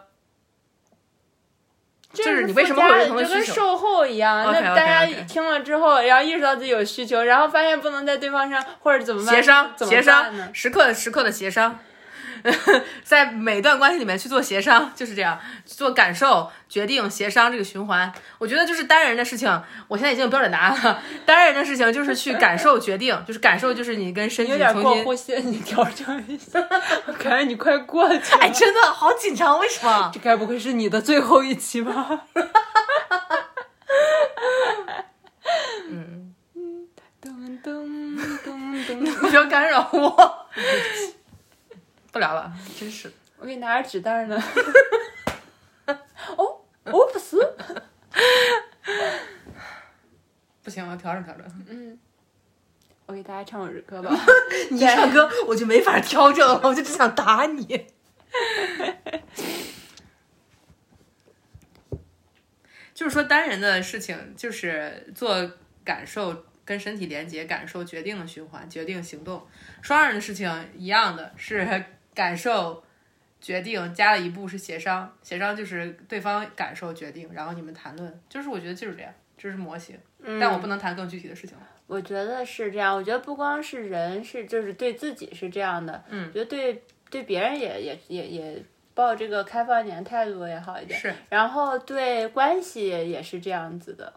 [SPEAKER 1] 就是你为什么会有这
[SPEAKER 2] 就
[SPEAKER 1] 种需求
[SPEAKER 2] 跟售后一样，那
[SPEAKER 1] OK，OK，OK
[SPEAKER 2] 大家听了之后，然后意识到自己有需求，然后发现不能在对方上，或者怎么办？
[SPEAKER 1] 协商，
[SPEAKER 2] 怎么
[SPEAKER 1] 协
[SPEAKER 2] 办呢
[SPEAKER 1] 商，？时刻时刻的协商， 在每段关系里面去做协商，就是这样，做感受、决定、协商这个循环。我觉得就是单人的事情，我现在已经有标准答案了。单人的事情就是去感受、决定，就是感受，就是你跟身体
[SPEAKER 2] 有点
[SPEAKER 1] 重
[SPEAKER 2] 过
[SPEAKER 1] 新。
[SPEAKER 2] 呼吸，你调整一下，我 感觉你快过去了。
[SPEAKER 1] 哎，真的好紧张，为什么？
[SPEAKER 2] 这该不会是你的最后一期吧？嗯，噔噔噔噔，
[SPEAKER 1] 不要干扰我。 不聊了，真是。
[SPEAKER 2] 我给你拿着纸袋 呢。哦，哦不是，
[SPEAKER 1] 不行，我调整调整。
[SPEAKER 2] 嗯我给大家唱首歌吧。
[SPEAKER 1] 你一唱歌我就没法调整了，我就只想打你。 就是说单人的事情，就是做感受跟身体连接、感受决定的循环、决定行动；双人的事情一样的是感受、决定，加了一步是协商，协商就是对方感受、决定，然后你们谈论。就是我觉得就是这样，这是模型，但我不能谈更具体的事情了。
[SPEAKER 2] 我觉得是这样，我觉得不光是人是，就是对自己是这样的，嗯，觉得对对别人也也也也抱这个开放一点的态度也好一点，
[SPEAKER 1] 是，
[SPEAKER 2] 然后对关系也是这样子的。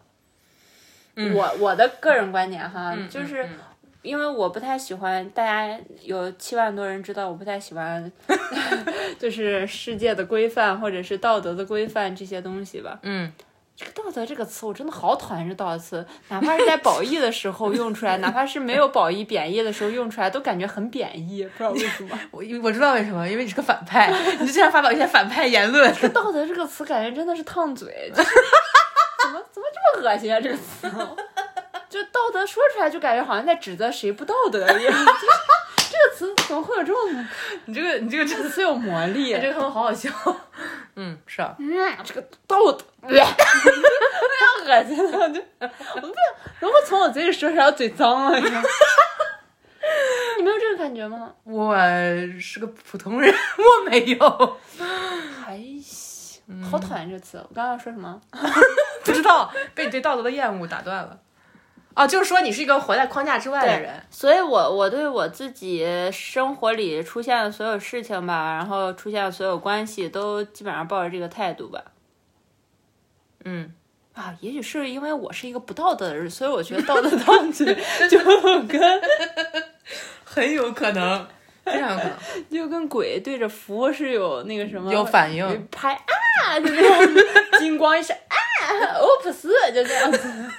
[SPEAKER 2] 我我的个人观点哈，就是
[SPEAKER 1] 嗯嗯
[SPEAKER 2] 因为我不太喜欢，大家有七万多人知道，我不太喜 欢，就是世界的规范或者是道德的规范这些东西吧。
[SPEAKER 1] 嗯
[SPEAKER 3] 这个“道德”这个词，我真的好讨厌这“道德”词，哪怕是在褒义的时候用出来，哪怕是没有褒义、贬义的时候用出来，都感觉很贬义，不知道为什么。
[SPEAKER 1] 我我知道为什么，因为你是个反派，你就经常发表一些反派言论。
[SPEAKER 3] 这“道德”这个词感觉真的是烫嘴，就是怎么怎么这么恶心啊？这个词，就道德说出来就感觉好像在指责谁不道德一样。就是这个词怎么会有这种？
[SPEAKER 1] 你这个你这个真
[SPEAKER 3] 这
[SPEAKER 1] 的
[SPEAKER 3] 个词有魔力。
[SPEAKER 1] 哎这个他们好好笑。 嗯，是啊，
[SPEAKER 3] 嗯，这个道德，
[SPEAKER 2] 嗯
[SPEAKER 3] 非常恶心了，就我不，然后从我嘴里说出来，我嘴脏了。你 知道吗你没有这个感觉吗？
[SPEAKER 1] 我是个普通人，我没有，
[SPEAKER 3] 还行，好讨厌这词。我刚刚要说什么？
[SPEAKER 1] 不知道被你对道德的厌恶打断了。啊，就是说你是一个活在框架之外的人。
[SPEAKER 2] 所以我我对我自己生活里出现的所有事情吧，然后出现的所有关系，都基本上抱着这个态度吧。
[SPEAKER 1] 嗯，
[SPEAKER 2] 啊，也许是因为我是一个不道德的人，所以我觉得道
[SPEAKER 3] 道
[SPEAKER 2] 德
[SPEAKER 3] 德道 德就跟
[SPEAKER 1] 很有可能，非常有 可能
[SPEAKER 3] 就跟鬼对着符是有那个什么
[SPEAKER 1] 有反应。
[SPEAKER 3] 拍啊，就那种金光一闪啊，oops，就这样子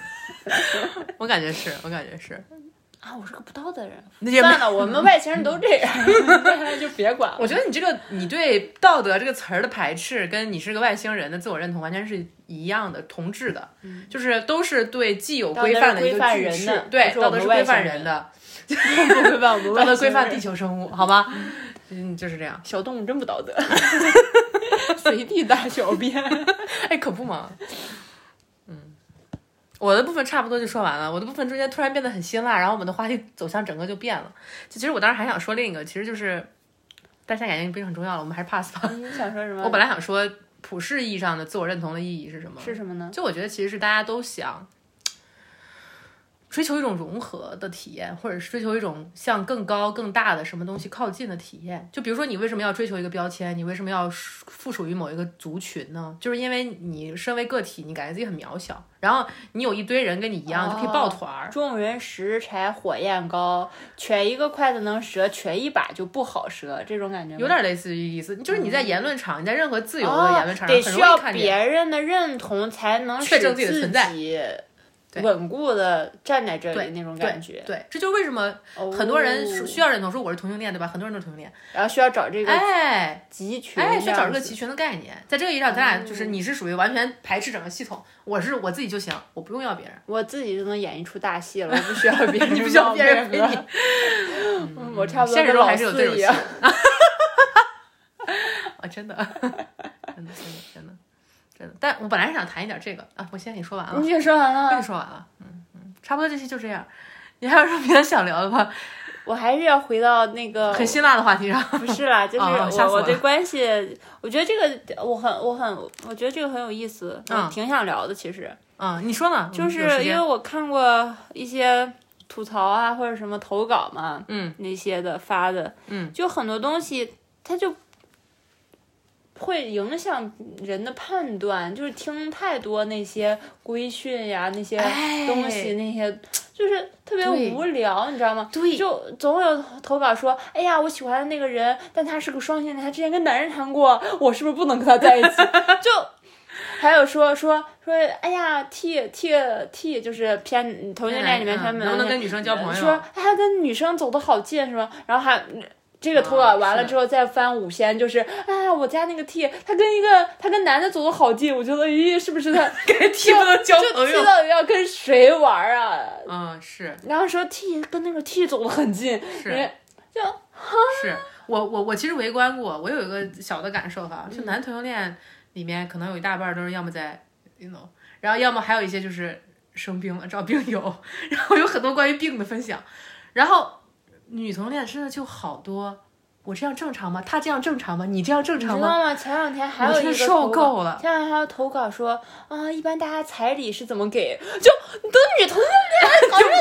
[SPEAKER 1] 我感觉是，我感觉是。
[SPEAKER 3] 啊。我是个不道德的人，
[SPEAKER 1] 那也没
[SPEAKER 3] 算了，我们外星人都这样，嗯 就别管了。
[SPEAKER 1] 我觉得你这个你对“道德”这个词儿的排斥，跟你是个外星人的自我认同完全是一样的，同质的，就是都是对既有规范的一个
[SPEAKER 3] 嗯道德是规范
[SPEAKER 1] 拒
[SPEAKER 3] 人
[SPEAKER 1] 斥
[SPEAKER 3] 的，
[SPEAKER 1] 对，
[SPEAKER 3] 不是
[SPEAKER 1] 道
[SPEAKER 3] 我
[SPEAKER 1] 德
[SPEAKER 3] 们
[SPEAKER 1] 是
[SPEAKER 3] 外
[SPEAKER 1] 规
[SPEAKER 3] 星
[SPEAKER 1] 范
[SPEAKER 3] 人
[SPEAKER 1] 人的，
[SPEAKER 3] 不规范，不
[SPEAKER 1] 道德规范地 球生物，好吧？嗯，就是这样。
[SPEAKER 3] 小动物真不道德， 随地大小便。
[SPEAKER 1] 哎，可不嘛。嗯，我的部分差不多就说完了。我的部分中间突然变得很辛辣，然后我们的话题走向整个就变了。其实我当时还想说另一个，其实就是，但现在感觉不是很重要了，我们还是 pass 吧。
[SPEAKER 3] 你想说什么？
[SPEAKER 1] 我本来想说普世意义上的自我认同的意义是什么？
[SPEAKER 3] 是什么呢？
[SPEAKER 1] 就我觉得其实是大家都想追求一种融合的体验，或者是追求一种向更高更大的什么东西靠近的体验。就比如说，你为什么要追求一个标签？你为什么要属附属于某一个族群呢？就是因为你身为个体，你感觉自己很渺小，然后你有一堆人跟你一样，就可以抱团儿。
[SPEAKER 2] 众人拾柴火焰高，缺一个筷子能折，缺一把就不好折，这种感觉吗
[SPEAKER 1] 有点类似于意思，就是你在言论场，你在任何自由的
[SPEAKER 2] 嗯哦
[SPEAKER 1] 言论场上，
[SPEAKER 2] 得
[SPEAKER 1] 很容
[SPEAKER 2] 需要
[SPEAKER 1] 易看
[SPEAKER 2] 别
[SPEAKER 1] 见。
[SPEAKER 2] 人的认同才能
[SPEAKER 1] 确
[SPEAKER 2] 使
[SPEAKER 1] 证自己的存在对
[SPEAKER 2] 稳固的站在这
[SPEAKER 1] 对
[SPEAKER 2] 里那种感觉。
[SPEAKER 1] 对，这就是为什么
[SPEAKER 2] 哦
[SPEAKER 1] 很多人说需要认同，说我是同性恋，对吧？很多人都是同性恋，
[SPEAKER 2] 然后需要找这个
[SPEAKER 1] 哎，
[SPEAKER 2] 集群，
[SPEAKER 1] 哎，需要找这个集群的概念，在这个意义上，咱俩
[SPEAKER 2] 嗯
[SPEAKER 1] 就是你是属于完全排斥整个系统，我是我自己就行，我不用要别人。
[SPEAKER 2] 我自己就能演一出大戏了，我不需要别 人，
[SPEAKER 1] 你不 需要别人陪你。
[SPEAKER 3] 嗯我差不多
[SPEAKER 1] 现实
[SPEAKER 3] 跟
[SPEAKER 1] 中
[SPEAKER 3] 老
[SPEAKER 1] 还是有这
[SPEAKER 3] 四
[SPEAKER 1] 种
[SPEAKER 3] 一
[SPEAKER 1] 戏
[SPEAKER 3] 样。
[SPEAKER 1] 啊，真的， 真的，真的，真的，真的。但我本来是想谈一点这个啊，我先给你说完了，
[SPEAKER 3] 你也说完
[SPEAKER 1] 跟
[SPEAKER 3] 了
[SPEAKER 1] 你，说完了，嗯嗯，差不多这期就这样。你还有什么别的想聊的吗？
[SPEAKER 2] 我还是要回到那个
[SPEAKER 1] 很辛辣的话题上，
[SPEAKER 2] 不是啦，就是
[SPEAKER 1] 啊
[SPEAKER 2] 我、
[SPEAKER 1] 吓死我
[SPEAKER 2] 我
[SPEAKER 1] 了
[SPEAKER 2] 对关系，我觉得这个我很我很我觉得这个很有意思，
[SPEAKER 1] 嗯
[SPEAKER 2] 我挺想聊的。其实
[SPEAKER 1] 嗯，你说呢？
[SPEAKER 2] 就
[SPEAKER 1] 有时
[SPEAKER 2] 是
[SPEAKER 1] 间
[SPEAKER 2] 因为我看过一些吐槽啊或者什么投稿嘛，
[SPEAKER 1] 嗯，
[SPEAKER 2] 那些的发的，
[SPEAKER 1] 嗯，
[SPEAKER 2] 就很多东西它就。会影响人的判断，就是听太多那些规训呀，那些
[SPEAKER 1] 哎
[SPEAKER 2] 东西，那些就是特别
[SPEAKER 1] 对
[SPEAKER 2] 无聊，你知道吗？
[SPEAKER 1] 对
[SPEAKER 2] 就总有投稿说，哎呀，我喜欢的那个人，但他是个双性恋，他之前跟男人谈过，我是不是不能跟他在一起？ 就还有说说说，哎呀，T T T 就是偏同性恋里面
[SPEAKER 1] 嗯
[SPEAKER 2] 他们
[SPEAKER 1] 能不能跟女生交朋友？
[SPEAKER 2] 说哎他跟女生走的好近是吧？然后还。这个投
[SPEAKER 1] 啊
[SPEAKER 2] 稿完
[SPEAKER 1] 是
[SPEAKER 2] 了
[SPEAKER 1] 的
[SPEAKER 2] 之后再翻五仙，就是哎呀，我家那个 T，他跟一个他跟男的走的好近，我觉得咦，是不 是他
[SPEAKER 1] 跟 T 不能交朋
[SPEAKER 2] 知
[SPEAKER 1] 友，
[SPEAKER 2] 道要跟谁玩啊？
[SPEAKER 1] 嗯，是
[SPEAKER 2] 然后说 T 跟那个 T 走的很近，
[SPEAKER 1] 是。
[SPEAKER 2] 人
[SPEAKER 1] 是我我我其实围观过，我有一个小的感受哈，
[SPEAKER 2] 嗯
[SPEAKER 1] 就男同性恋里面可能有一大半儿都是要么在，you know，然后要么还有一些就是生病了找病友，然后有很多关于病的分享，然后女同性恋真的就好多，我这样正常吗？他这样正常吗？你这样正
[SPEAKER 2] 你
[SPEAKER 1] 常
[SPEAKER 2] 知
[SPEAKER 1] 吗？
[SPEAKER 2] 道吗？前两天还
[SPEAKER 1] 我
[SPEAKER 2] 有一
[SPEAKER 1] 真
[SPEAKER 2] 个
[SPEAKER 1] 的受
[SPEAKER 2] 投稿，
[SPEAKER 1] 够了，
[SPEAKER 2] 前两天还有投稿说啊，一般大家彩礼是怎么给？就你都女同性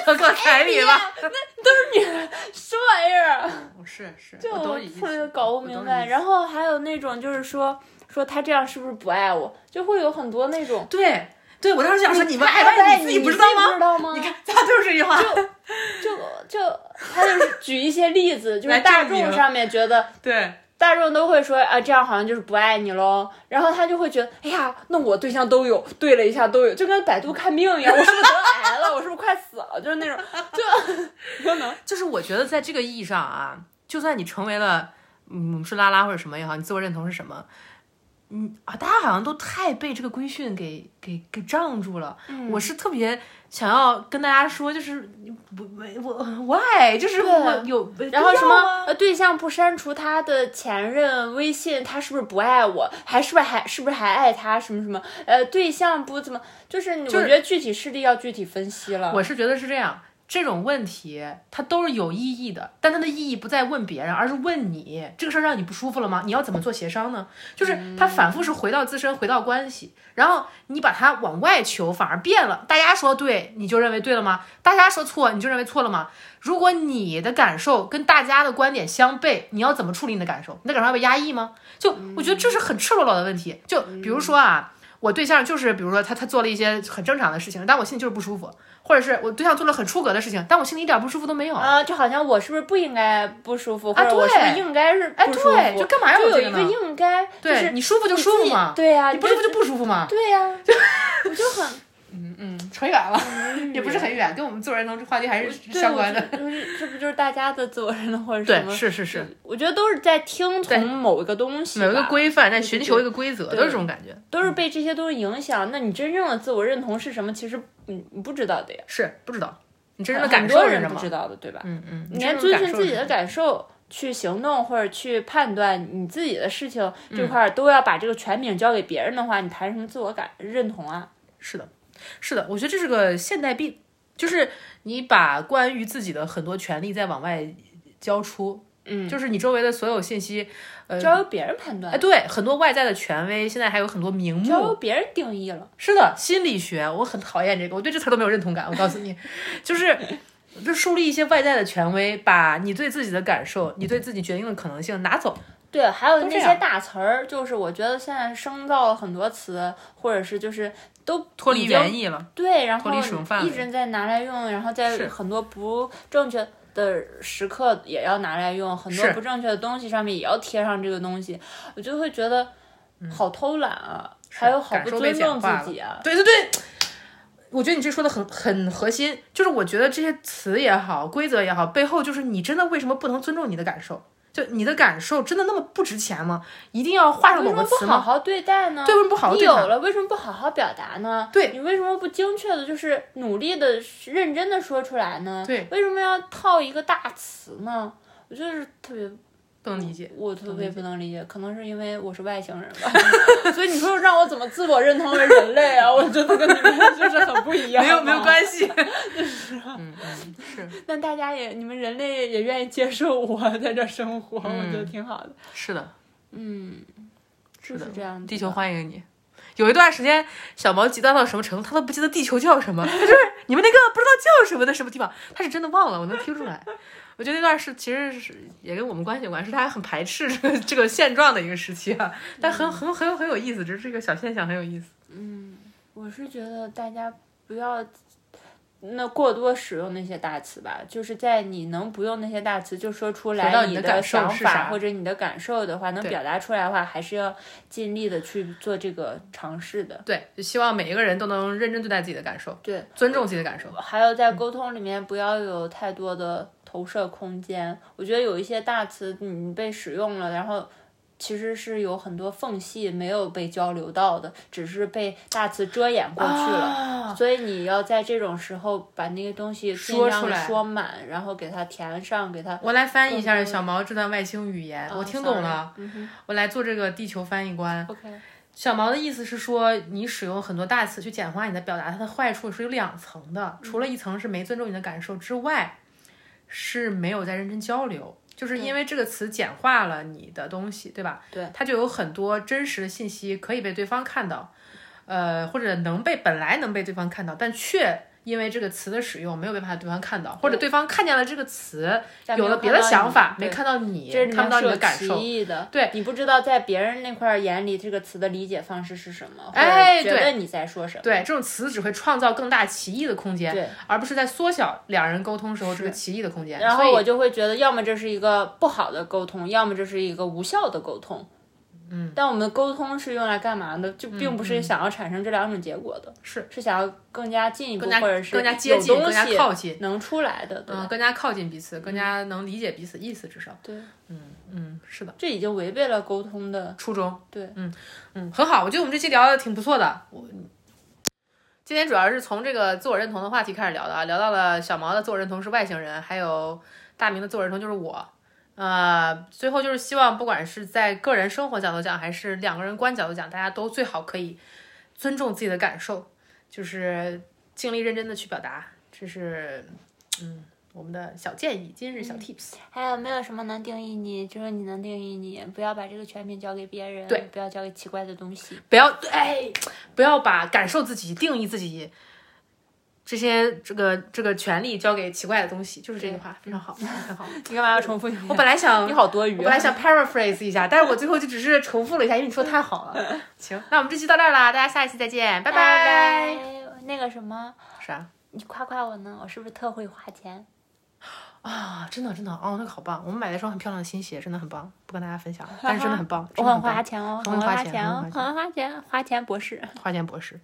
[SPEAKER 1] 就我彩礼吧，
[SPEAKER 2] 啊 什么玩意儿啊？
[SPEAKER 1] 哦是是，
[SPEAKER 2] 就
[SPEAKER 1] 我
[SPEAKER 2] 我
[SPEAKER 1] 懂你意
[SPEAKER 2] 特
[SPEAKER 1] 思
[SPEAKER 2] 别，搞
[SPEAKER 1] 我
[SPEAKER 2] 不
[SPEAKER 1] 懂
[SPEAKER 2] 明
[SPEAKER 1] 你
[SPEAKER 2] 白。
[SPEAKER 1] 意
[SPEAKER 2] 然后还有那种就是说说他这样是不是不爱我？就会有很多那种
[SPEAKER 1] 对对，我当时想说你们爱
[SPEAKER 2] 爱
[SPEAKER 1] 不爱
[SPEAKER 2] 你
[SPEAKER 1] 你自己不
[SPEAKER 2] 不
[SPEAKER 1] 知道吗？
[SPEAKER 2] 知道吗？
[SPEAKER 1] 你看，咱俩就是这句话，
[SPEAKER 2] 就就他就是举一些例子，就
[SPEAKER 1] 来
[SPEAKER 2] 是大
[SPEAKER 1] 证明
[SPEAKER 2] 众上面觉得
[SPEAKER 1] 对。
[SPEAKER 2] 大众都会说啊，这样好像就是不爱你喽。然后他就会觉得，哎呀，那我对象都有，对了一下都有，就跟百度看病一样，我是不是得癌 了？我是不是快死了？就是那种，就可能
[SPEAKER 1] 就是我觉得在这个意义上啊，就算你成为了嗯是拉拉或者什么也好，你自我认同是什么，嗯啊，大家好像都太被这个规训给给给障住了。我是特别想要跟大家说，就是不我我 why 就是我有
[SPEAKER 2] 然后什
[SPEAKER 1] 必要吗
[SPEAKER 2] 么呃对象不删除他的前任微信，他是不是不爱我？还是不是还是不是还爱他？什么什么？呃，对象不怎么，就是你我觉得具体事例要具体分析了。
[SPEAKER 1] 我是觉得是这样，这种问题它都是有意义的，但它的意义不在问别人，而是问你这个事儿让你不舒服了吗？你要怎么做协商呢？就是它反复是回到自身，回到关系，然后你把它往外求，反而变了。大家说对，你就认为对了吗？大家说错，你就认为错了吗？如果你的感受跟大家的观点相悖，你要怎么处理你的感受？你的感受要被压抑吗？就我觉得这是很赤裸裸的问题。就比如说啊，我对象就是，比如说他他做了一些很正常的事情，但我心里就是不舒服，或者是我对象做了很出格的事情，但我心里一点不舒服都没有。
[SPEAKER 2] 啊、就好像我是不是不应该不舒服，
[SPEAKER 1] 啊
[SPEAKER 2] 或者我是不是
[SPEAKER 1] 对
[SPEAKER 2] 应该是
[SPEAKER 1] 哎，
[SPEAKER 2] 不舒服？
[SPEAKER 1] 对，就干嘛要
[SPEAKER 2] 就有
[SPEAKER 1] 这
[SPEAKER 2] 一
[SPEAKER 1] 呢
[SPEAKER 2] 个？应该，就
[SPEAKER 1] 对、
[SPEAKER 2] 是
[SPEAKER 1] 你舒服就舒服嘛，
[SPEAKER 2] 啊对呀、
[SPEAKER 1] 你不舒服
[SPEAKER 2] 就
[SPEAKER 1] 就不舒服嘛。
[SPEAKER 2] 对呀、 我就很
[SPEAKER 1] 嗯，扯远了，也不是很远，跟我们做人能话题还是
[SPEAKER 2] 嗯对
[SPEAKER 1] 相关的。
[SPEAKER 2] 我就就是这不就是大家的自我认同或者什
[SPEAKER 1] 对，
[SPEAKER 2] 么？
[SPEAKER 1] 是是是，
[SPEAKER 2] 我觉得都是在听
[SPEAKER 1] 对
[SPEAKER 2] 从某一个东西吧，
[SPEAKER 1] 有一个规嗯范，在
[SPEAKER 2] 对
[SPEAKER 1] 寻
[SPEAKER 2] 对
[SPEAKER 1] 求
[SPEAKER 2] 对
[SPEAKER 1] 一个规则，都是这种感觉。
[SPEAKER 2] 都是被这些东西影响。那你真正的自我认同是什么？其实你你不知道的呀，
[SPEAKER 1] 是不知道你真正的
[SPEAKER 2] 很
[SPEAKER 1] 感受
[SPEAKER 2] 多
[SPEAKER 1] 是
[SPEAKER 2] 人
[SPEAKER 1] 什
[SPEAKER 2] 不
[SPEAKER 1] 么
[SPEAKER 2] 知？道的，对吧？
[SPEAKER 1] 嗯嗯，
[SPEAKER 2] 你
[SPEAKER 1] 这
[SPEAKER 2] 连
[SPEAKER 1] 种
[SPEAKER 2] 遵
[SPEAKER 1] 感
[SPEAKER 2] 循
[SPEAKER 1] 受
[SPEAKER 2] 自
[SPEAKER 1] 是
[SPEAKER 2] 己
[SPEAKER 1] 什
[SPEAKER 2] 的
[SPEAKER 1] 么
[SPEAKER 2] 感受去行动或者去判断你自己的事情
[SPEAKER 1] 嗯
[SPEAKER 2] 这块儿，都要把这个权柄交给别人的话，你谈什么自我感认同啊？
[SPEAKER 1] 是的，是的，我觉得这是个现代病，就是你把关于自己的很多权利在往外交出，嗯，就是你周围的所有信息，呃，哦
[SPEAKER 2] 交由别人判断
[SPEAKER 1] 哎，，对，很多外在的权威，现在还有很多名
[SPEAKER 2] 交由
[SPEAKER 1] 目，
[SPEAKER 2] 别人定义了。
[SPEAKER 1] 是的，心理学，我很讨厌这个，我对这词儿都没有认同感，我告 诉你，就是。就树立一些外在的权威，把你对自己的感受、你对自己决定的可能性拿走。
[SPEAKER 2] 对，还有
[SPEAKER 1] 都这
[SPEAKER 2] 那些
[SPEAKER 1] 样
[SPEAKER 2] 大词儿，就是我觉得现在生造了很多词，或者是就是都
[SPEAKER 1] 脱
[SPEAKER 2] 已
[SPEAKER 1] 离
[SPEAKER 2] 经
[SPEAKER 1] 原意了，
[SPEAKER 2] 对，然后
[SPEAKER 1] 脱离使用范围
[SPEAKER 2] 一直在拿来用，然后
[SPEAKER 1] 是
[SPEAKER 2] 在很多不正确的时刻也要拿来用，很多
[SPEAKER 1] 是
[SPEAKER 2] 不正确的东西上面也要贴上这个东西，我就会觉得好偷懒啊，还有
[SPEAKER 1] 嗯
[SPEAKER 2] 好
[SPEAKER 1] 感
[SPEAKER 2] 不
[SPEAKER 1] 受被
[SPEAKER 2] 尊
[SPEAKER 1] 简
[SPEAKER 2] 重
[SPEAKER 1] 化
[SPEAKER 2] 自己啊。
[SPEAKER 1] 对对对，我觉得你这说的很很核心，就是我觉得这些词也好，规则也好，背后就是你真的为什么不能尊重你的感受？就你的感受真的那么不值钱吗？一定要画上
[SPEAKER 2] 为
[SPEAKER 1] 某
[SPEAKER 2] 什
[SPEAKER 1] 个
[SPEAKER 2] 么不
[SPEAKER 1] 词
[SPEAKER 2] 好
[SPEAKER 1] 吗？
[SPEAKER 2] 好对待呢？
[SPEAKER 1] 对，为什么不好好
[SPEAKER 2] 你
[SPEAKER 1] 对
[SPEAKER 2] 有
[SPEAKER 1] 待？
[SPEAKER 2] 了，为什么不好好表达呢？
[SPEAKER 1] 对
[SPEAKER 2] 你为什么不精确的，就是努力的、认真的说出来呢？
[SPEAKER 1] 对
[SPEAKER 2] 为什么要套一个大词呢？我就是特别
[SPEAKER 1] 不能理解。
[SPEAKER 2] 我特别不能理解，可能是因为我是外星人吧， 所以你说让我怎么自我认同为人类啊？我觉得跟你 们就是很不一样。
[SPEAKER 1] 没有没有
[SPEAKER 2] 系，
[SPEAKER 1] 关 系，嗯嗯是
[SPEAKER 2] 但大家也你们人类也愿意接受我 在这生活，我觉得挺好的。
[SPEAKER 1] 是的，
[SPEAKER 2] 嗯，就是
[SPEAKER 1] 嗯的
[SPEAKER 2] 是这样子的。
[SPEAKER 1] 地球欢迎你。有一段时间，小毛急躁到什么程度，他都不记得地球叫什 么，他就是你们那个不知道叫什么的什么地方，他是真的忘了，我能听出来。我觉得那段是其实是也跟我们关系有关，是他很排斥这个这个现状的一个时期啊，但很很很有很有意思，就是这个小现象很有意思。
[SPEAKER 2] 嗯，我是觉得大家不要那过多使用那些大词吧，就是在你能不用那些大词，就说出
[SPEAKER 1] 回到
[SPEAKER 2] 来
[SPEAKER 1] 你的
[SPEAKER 2] 的
[SPEAKER 1] 感受
[SPEAKER 2] 想
[SPEAKER 1] 是啥
[SPEAKER 2] 法或者你的感受的话，能
[SPEAKER 1] 对
[SPEAKER 2] 表达出来的话，还是要尽力的去做这个尝试的。
[SPEAKER 1] 对，就希望每一个人都能认真对待嗯自己的感受，
[SPEAKER 2] 对，
[SPEAKER 1] 尊重自己的感受。
[SPEAKER 2] 还有在沟通里面不要有太多的投射空间。我觉得有一些大词你被使用了，然后其实是有很多缝隙没有被交流到的，只是被大词遮掩过去了。
[SPEAKER 1] 啊
[SPEAKER 2] 所以你要在这种时候把那个东西尽
[SPEAKER 1] 说
[SPEAKER 2] 量
[SPEAKER 1] 出来
[SPEAKER 2] 地说满，然后给它填上，给它。
[SPEAKER 1] 我来翻译一下
[SPEAKER 2] 更多
[SPEAKER 1] 小毛这段外星语言，我听懂了，
[SPEAKER 2] sorry 嗯
[SPEAKER 1] 我来做这个地球翻译官。
[SPEAKER 2] 哼，OK，
[SPEAKER 1] 小毛的意思是说，你使用很多大词去简化你的表达，它的坏处是有两层的，
[SPEAKER 2] 嗯
[SPEAKER 1] 除了一层是没尊重你的感受之外，是没有在认真交流，就是因为这个词简化了你的东西，对吧？
[SPEAKER 2] 对，
[SPEAKER 1] 它就有很多真实的信息可以被对方看到，呃，或者能被本来能被对方看到，但却因为这个词的使用没有被怕对方看到，或者对方看见了这个词，
[SPEAKER 2] 但没
[SPEAKER 1] 有
[SPEAKER 2] 有
[SPEAKER 1] 了别
[SPEAKER 2] 看
[SPEAKER 1] 的
[SPEAKER 2] 到
[SPEAKER 1] 想
[SPEAKER 2] 你
[SPEAKER 1] 法，
[SPEAKER 2] 对
[SPEAKER 1] 没看到你，
[SPEAKER 2] 这是里
[SPEAKER 1] 看
[SPEAKER 2] 面
[SPEAKER 1] 不到
[SPEAKER 2] 是
[SPEAKER 1] 你
[SPEAKER 2] 有
[SPEAKER 1] 的感
[SPEAKER 2] 歧
[SPEAKER 1] 受。
[SPEAKER 2] 义的，
[SPEAKER 1] 对
[SPEAKER 2] 你不知道在别人那块儿眼里这个词的理解方式是什么，或者
[SPEAKER 1] 哎
[SPEAKER 2] 觉
[SPEAKER 1] 对
[SPEAKER 2] 得你在说什么，
[SPEAKER 1] 对，这种词只会创造更大歧义的空间，
[SPEAKER 2] 对
[SPEAKER 1] 而不是在缩小两人沟通时候这个歧义的空间。
[SPEAKER 2] 然
[SPEAKER 1] 所
[SPEAKER 2] 后
[SPEAKER 1] 以
[SPEAKER 2] 我就会觉得，要么这是一个不好的沟通，要么这是一个无效的沟通。嗯，但我们沟通是用来干嘛的？就并不是想要产生这两种结果的，
[SPEAKER 1] 嗯是
[SPEAKER 2] 是想要更加进一步，
[SPEAKER 1] 更加
[SPEAKER 2] 或者是
[SPEAKER 1] 更加接近、
[SPEAKER 2] 有
[SPEAKER 1] 更
[SPEAKER 2] 东
[SPEAKER 1] 加
[SPEAKER 2] 西
[SPEAKER 1] 靠近，
[SPEAKER 2] 能出来的，对吧？
[SPEAKER 1] 嗯，更加靠近彼此，更加能理解彼此意思，至少
[SPEAKER 2] 对，
[SPEAKER 1] 嗯，是的，
[SPEAKER 2] 这已经违背了沟通的。
[SPEAKER 1] 初衷
[SPEAKER 2] 对，
[SPEAKER 1] 嗯嗯，很好，我觉得我们这期聊的挺不错的。我今天主要是从这个自我认同的话题开始聊的啊，聊到了小毛的自我认同是外星人，还有大明的自我认同就是我。呃，最后就是希望，不管是在个人生活角度讲，还是两个人观角度讲，大家都最好可以尊重自己的感受，就是尽力认真的去表达。这是嗯我们的小建议，今日小 tips。
[SPEAKER 2] 还有没有什么能定义你？只有你能定义你，不要把这个权柄交给别人，
[SPEAKER 1] 对，
[SPEAKER 2] 不要交给奇怪的东西。
[SPEAKER 1] 不要哎，不要把感受自己、定义自己这些这个这个权利交给奇怪的东西，就是这句 话非常好，非常好。
[SPEAKER 2] 你干嘛要重复一遍？
[SPEAKER 1] 我本来想，
[SPEAKER 2] 你
[SPEAKER 1] 我
[SPEAKER 2] 好多余、啊。
[SPEAKER 1] 本来想 paraphrase 一下，但是我最后就只是重复了一下，因为你说太好 了。行，那我们这期到这儿啦，大家下一期再见，拜啊
[SPEAKER 2] 拜
[SPEAKER 1] 拜。
[SPEAKER 2] 那个什么，
[SPEAKER 1] 啥
[SPEAKER 2] 你夸夸我呢，我是不是特会花钱？
[SPEAKER 1] 啊？真的真的哦，那个好棒！我们买了一双很漂亮的新鞋，真的很棒，不跟大家分 享了，但是真的很棒，
[SPEAKER 2] 我
[SPEAKER 1] 真的很
[SPEAKER 2] 很
[SPEAKER 1] 棒
[SPEAKER 2] 花钱哦，
[SPEAKER 1] 很会
[SPEAKER 2] 花
[SPEAKER 1] 花钱
[SPEAKER 2] 哦，
[SPEAKER 1] 很会花钱
[SPEAKER 2] 很会花钱，花钱博士。
[SPEAKER 1] 花钱博士。